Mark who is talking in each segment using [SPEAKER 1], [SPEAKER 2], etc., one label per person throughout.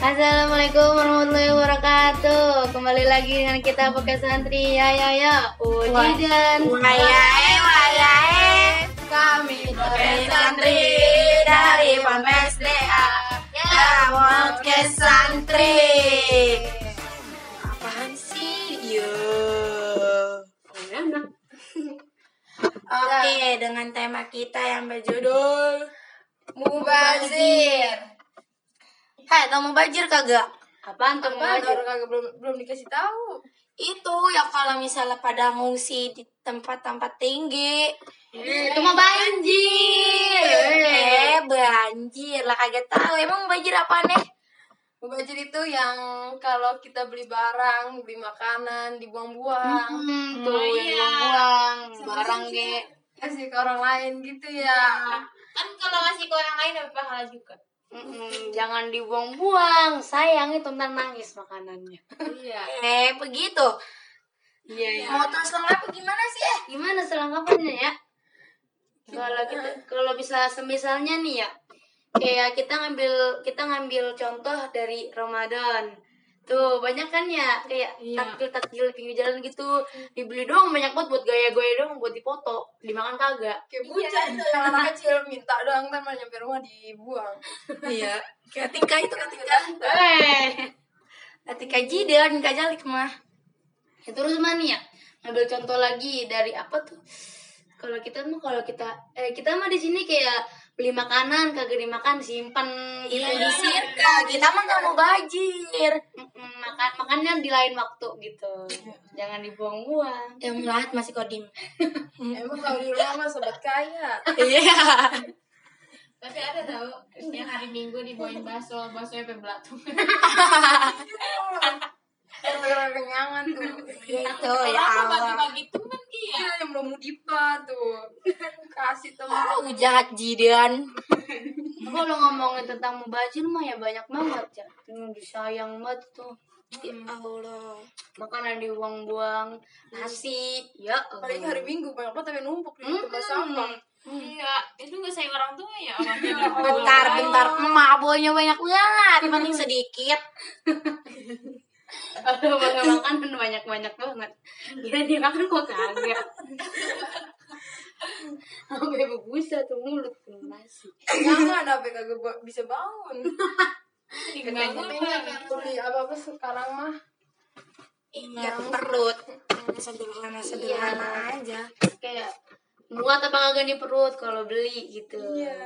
[SPEAKER 1] Assalamualaikum warahmatullahi wabarakatuh. Kembali lagi dengan kita podcast santri ya ya ya. Uji
[SPEAKER 2] Wah. ya,
[SPEAKER 1] dan
[SPEAKER 2] Wayahe wayahe
[SPEAKER 1] kami
[SPEAKER 2] Pondok santri dari Ponpes DA Ya podcast santri Apaan sih? Yo Oke, dengan tema kita yang berjudul
[SPEAKER 1] Mubazir.
[SPEAKER 2] Hai, tau mau bajir kagak?
[SPEAKER 1] Apaan tuh
[SPEAKER 2] Mubazir?
[SPEAKER 1] Mubazir? Kagak belum belum dikasih tahu.
[SPEAKER 2] Itu yang kalau misalnya pada ngungsi di tempat-tempat tinggi
[SPEAKER 3] Iya.
[SPEAKER 1] Itu mah banjir.
[SPEAKER 2] Eh, banjir lah kagak tahu. Emang banjir apa nih?
[SPEAKER 3] Mubazir itu yang kalau kita beli barang, beli makanan, dibuang-buang,
[SPEAKER 1] Hmm, tuh yang
[SPEAKER 2] iya.
[SPEAKER 1] dibuang barang ge.
[SPEAKER 3] kasih ke orang lain gitu
[SPEAKER 2] Iya.
[SPEAKER 3] ya.
[SPEAKER 4] kan kalau ngasih ke orang lain dapat pahala juga
[SPEAKER 1] Mm-mm, hmm, Jangan dibuang-buang. Sayang itu ntar nangis makanannya.
[SPEAKER 3] Iya.
[SPEAKER 2] Eh, begitu.
[SPEAKER 1] Iya iya.
[SPEAKER 2] Mau terus apa gimana sih? Eh?
[SPEAKER 1] gimana selengkapannya ya kalau kita kalau bisa semisalnya nih ya kayak kita ngambil kita ngambil contoh dari Ramadan tuh banyak kan ya kayak takjil takjil pinggir jalan gitu dibeli doang banyak banget buat gaya-gaya doang buat dipoto dimakan kagak
[SPEAKER 3] Kayak bocah itu yang anak kecil minta doang kan malah nyampe rumah dibuang.
[SPEAKER 2] Iya. Ketika itu
[SPEAKER 4] kan
[SPEAKER 2] ketika
[SPEAKER 1] eh
[SPEAKER 2] ketika jidan kajalik mah.
[SPEAKER 1] ya, terus mana ya ngambil contoh lagi dari apa tuh kalau kita mah kalau kita eh kita mah di sini kayak beli makanan kagak dimakan simpen gitu
[SPEAKER 2] Iya, di sirka. Kita mah nggak mau banjir.
[SPEAKER 1] Mm, makan makannya di lain waktu gitu
[SPEAKER 4] Iya.
[SPEAKER 1] jangan dibuang-buang
[SPEAKER 2] Yang melahat masih kodim.
[SPEAKER 3] Emang kalau di rumah mah sobat kaya.
[SPEAKER 2] Iya.
[SPEAKER 4] tapi ada tau yang hari minggu dibawain bakso baksonya sampai belatung
[SPEAKER 3] Orang kenyangan tuh.
[SPEAKER 2] Itu ya
[SPEAKER 4] orang
[SPEAKER 2] Allah.
[SPEAKER 4] bagi-bagi temen dia
[SPEAKER 3] Iya, yang belum mudipa tuh. Kasih teman.
[SPEAKER 2] Tahu jahat jidan.
[SPEAKER 1] kalau ngomongin tentang mubazir mah ya banyak banget ya Hmm, disayang banget tuh
[SPEAKER 2] Ya Allah.
[SPEAKER 1] makanan dibuang-buang nasi ya Allah.
[SPEAKER 3] Paling hari Minggu banyak banget tapi numpuk di tempat sampah. Iya,
[SPEAKER 4] iya itu nggak sayang orang tua ya orangnya
[SPEAKER 2] Bentar, bentar. Emak bonya banyak banget. Mending sedikit.
[SPEAKER 1] kalau makan makanan banyak-banyak banget kira dia makan kok kagak sampai berbusa tuh mulut tuh nasi
[SPEAKER 3] Jangan apa kagak ba- bisa bangun.
[SPEAKER 4] Diganggu apa?
[SPEAKER 3] Beli apa-apa sekarang mah.
[SPEAKER 2] Ingat perut. Sederhana sederhana aja.
[SPEAKER 1] Iya. kayak muat apa kagak di perut kalau beli gitu
[SPEAKER 3] Iya.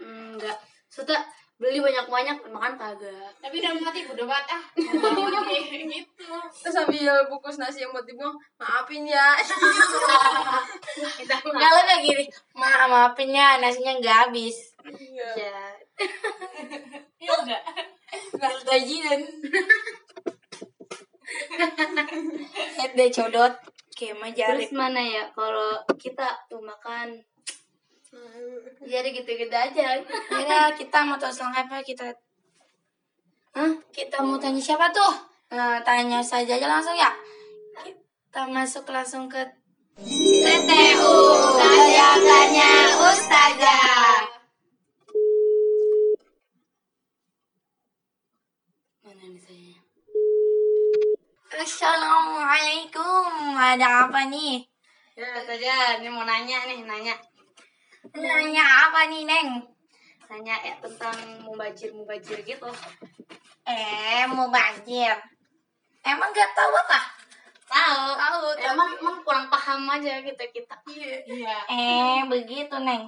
[SPEAKER 1] Mm, enggak serta beli banyak-banyak makan kagak Kan
[SPEAKER 4] tapi udah mati udah banget ah gitu
[SPEAKER 3] Terus sambil bungkus nasi yang buat dibuang, maafin ya.
[SPEAKER 2] Ah,
[SPEAKER 1] kita
[SPEAKER 2] Kalau kayak gini, ma maafin ya nasinya nggak habis.
[SPEAKER 3] Iya.
[SPEAKER 1] ya
[SPEAKER 4] iya enggak
[SPEAKER 2] Baru gajian. Eh, deh codot. Kema
[SPEAKER 1] terus
[SPEAKER 2] jarip.
[SPEAKER 1] mana ya kalau kita tuh makan jadi gitu-gitu aja
[SPEAKER 2] Ya, kita mau tahu selengkapnya kita
[SPEAKER 1] Hah?
[SPEAKER 2] kita mau tanya siapa tuh? Eh, tanya saja aja langsung ya. Kita masuk langsung ke TTU. Tanya tanya ustazah.
[SPEAKER 1] mana nih saya
[SPEAKER 2] Assalamualaikum. Ada apa nih?
[SPEAKER 1] ya saja ini mau nanya nih nanya
[SPEAKER 2] Nanya apa nih, Neng?
[SPEAKER 1] nanya ya tentang mubajir mubajir gitu
[SPEAKER 2] Eh, mau banjir. Emang gak tahu apa?
[SPEAKER 1] tahu
[SPEAKER 3] Tahu,
[SPEAKER 1] emang emang kurang paham aja kita kita
[SPEAKER 4] iya
[SPEAKER 2] Eh, begitu, Neng.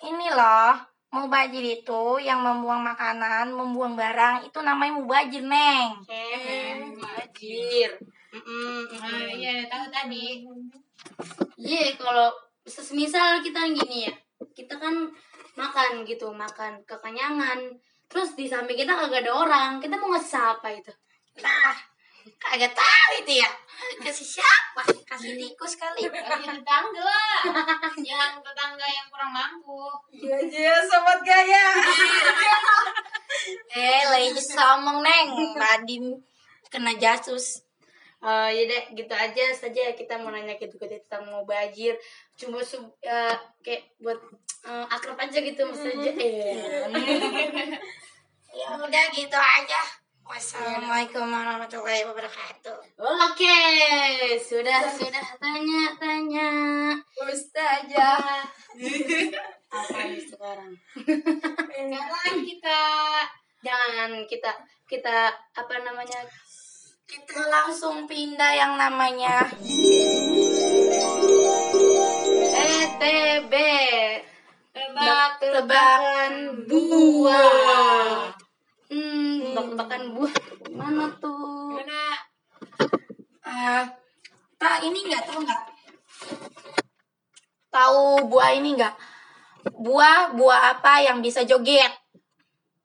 [SPEAKER 2] Ini loh, mubajir itu yang membuang makanan, membuang barang, itu namanya mubajir, Neng.
[SPEAKER 1] eh mubajir
[SPEAKER 4] Ah, iya tahu tadi
[SPEAKER 1] Iya, kalau semisal kita gini ya, kita kan makan gitu, makan kekenyangan. Terus di samping kita kagak ada orang, kita mau ngasih apa itu?
[SPEAKER 2] Nah, kagak tahu itu ya. Kasih siapa? Kasih tikus kali.
[SPEAKER 4] bagi tetangga lah jangan tetangga yang kurang mampu
[SPEAKER 3] Iya, iya, sobat gaya.
[SPEAKER 2] Eh, lagi somong, Neng. Tadi kena jasus.
[SPEAKER 1] Eh, ya deh, gitu aja saja kita mau nanya gitu ke kita mau bajir. Cuma sub- eh, kayak Mm-hmm. Iya. buat eh, akrab aja gitu maksudnya. Eh,
[SPEAKER 2] Ya udah gitu aja. Wassalamualaikum warahmatullahi wabarakatuh.
[SPEAKER 1] Oke, sudah sudah tanya-tanya.
[SPEAKER 3] Ustazah.
[SPEAKER 1] sekarang?
[SPEAKER 4] Sekarang kita
[SPEAKER 1] Jangan kita kita apa namanya?
[SPEAKER 2] Kita langsung pindah yang namanya
[SPEAKER 1] E ETB.
[SPEAKER 4] tebak
[SPEAKER 1] Tebak-tebakan buah. Hmm, tebak-tebakan buah. Mana tuh?
[SPEAKER 4] gimana
[SPEAKER 2] eh tak ini nggak tahu nggak? Tahu buah ini nggak? Buah buah apa yang bisa joget?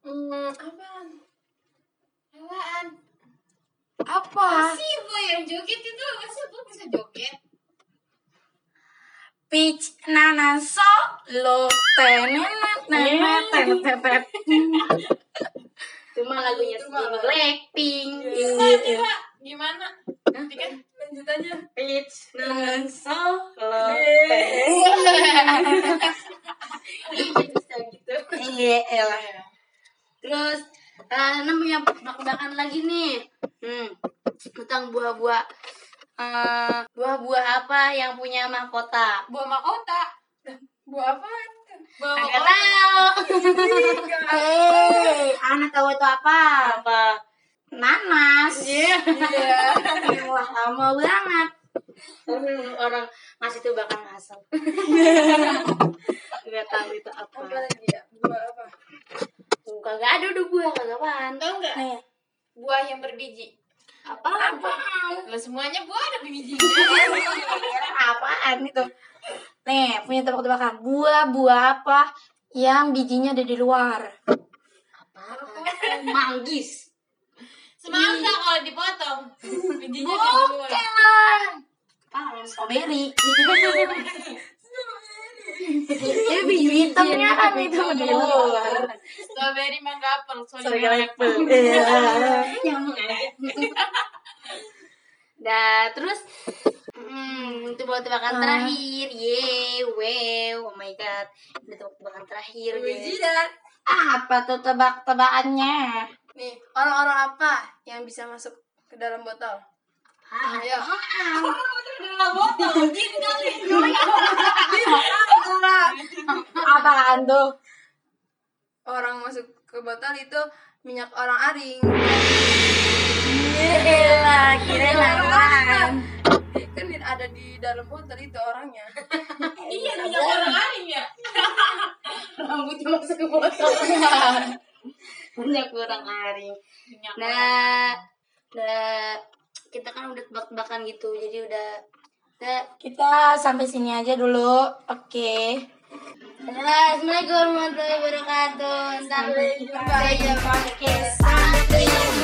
[SPEAKER 3] Hmm, apaan?
[SPEAKER 4] apaan
[SPEAKER 2] Apa?
[SPEAKER 4] si boy yang joget itu masa gue bisa joget
[SPEAKER 2] Peach nanas solo tenenet
[SPEAKER 4] Iya.
[SPEAKER 2] nenet tenetet.
[SPEAKER 1] Cuma lagunya
[SPEAKER 3] Itu malah.
[SPEAKER 1] Blackpink.
[SPEAKER 4] coba coba gimana nanti kan
[SPEAKER 3] Lanjutannya.
[SPEAKER 1] It's not so long. bisa gitu.
[SPEAKER 2] Iya elah.
[SPEAKER 1] Terus eh, namanya bak-bakan lagi nih. Hmm, tentang buah-buah eh, buah-buah apa yang punya mahkota?
[SPEAKER 4] buah mahkota
[SPEAKER 3] Buah apaan?
[SPEAKER 4] buah
[SPEAKER 1] Agak
[SPEAKER 4] mahkota
[SPEAKER 1] tahu
[SPEAKER 2] Eh, anak tahu itu apa?
[SPEAKER 1] apa?
[SPEAKER 2] Nanas.
[SPEAKER 3] Iya.
[SPEAKER 2] Wah, lama banget.
[SPEAKER 1] Orang, orang ngasih itu bakal ngasal. Gak tahu itu apa.
[SPEAKER 3] Apa lagi ya? Buah apa?
[SPEAKER 1] Kagak ada udah buah kagak apaan.
[SPEAKER 4] tau nggak
[SPEAKER 2] Nih,
[SPEAKER 4] buah yang berbiji
[SPEAKER 1] Apa?
[SPEAKER 4] lah semuanya buah ada bijinya
[SPEAKER 2] apaan itu? Nih, punya tebak-tebakan. Buah-buah apa yang bijinya ada di luar?
[SPEAKER 1] Manggis.
[SPEAKER 4] semangka kalau dipotong bijinya
[SPEAKER 3] Oh.
[SPEAKER 4] keluar
[SPEAKER 2] Strawberry. Itu biji hitamnya kan itu di luar.
[SPEAKER 4] strawberry mangga apel sorry
[SPEAKER 1] Sorry,
[SPEAKER 4] banyak banget.
[SPEAKER 2] Eh,
[SPEAKER 1] nyamuk aja. Nah, terus hmm, untuk buat tebakan terakhir. Yeay, wow, oh my god. Ini tebakan terakhir. guys.
[SPEAKER 3] Wijidan.
[SPEAKER 2] Apa tuh tebak-tebakannya?
[SPEAKER 3] Nih, orang-orang apa yang bisa masuk ke dalam botol?
[SPEAKER 1] Ah,
[SPEAKER 3] Ayo.
[SPEAKER 2] Apaan tuh?
[SPEAKER 3] Orang masuk ke botol itu minyak orang aring.
[SPEAKER 2] Gila, kira lawan.
[SPEAKER 3] Kan ada di dalam botol itu orangnya.
[SPEAKER 4] iya minyak orang lain ya
[SPEAKER 1] rambutnya masuk ke botol. Banyak kurang aring.
[SPEAKER 4] minyak
[SPEAKER 1] Nah, nah kita kan udah tebak-tebakan gitu. Jadi udah udah
[SPEAKER 2] Kita sampai sini aja dulu. Oke.
[SPEAKER 1] Assalamualaikum warahmatullahi wabarakatuh. Sampai jumpa di podcast.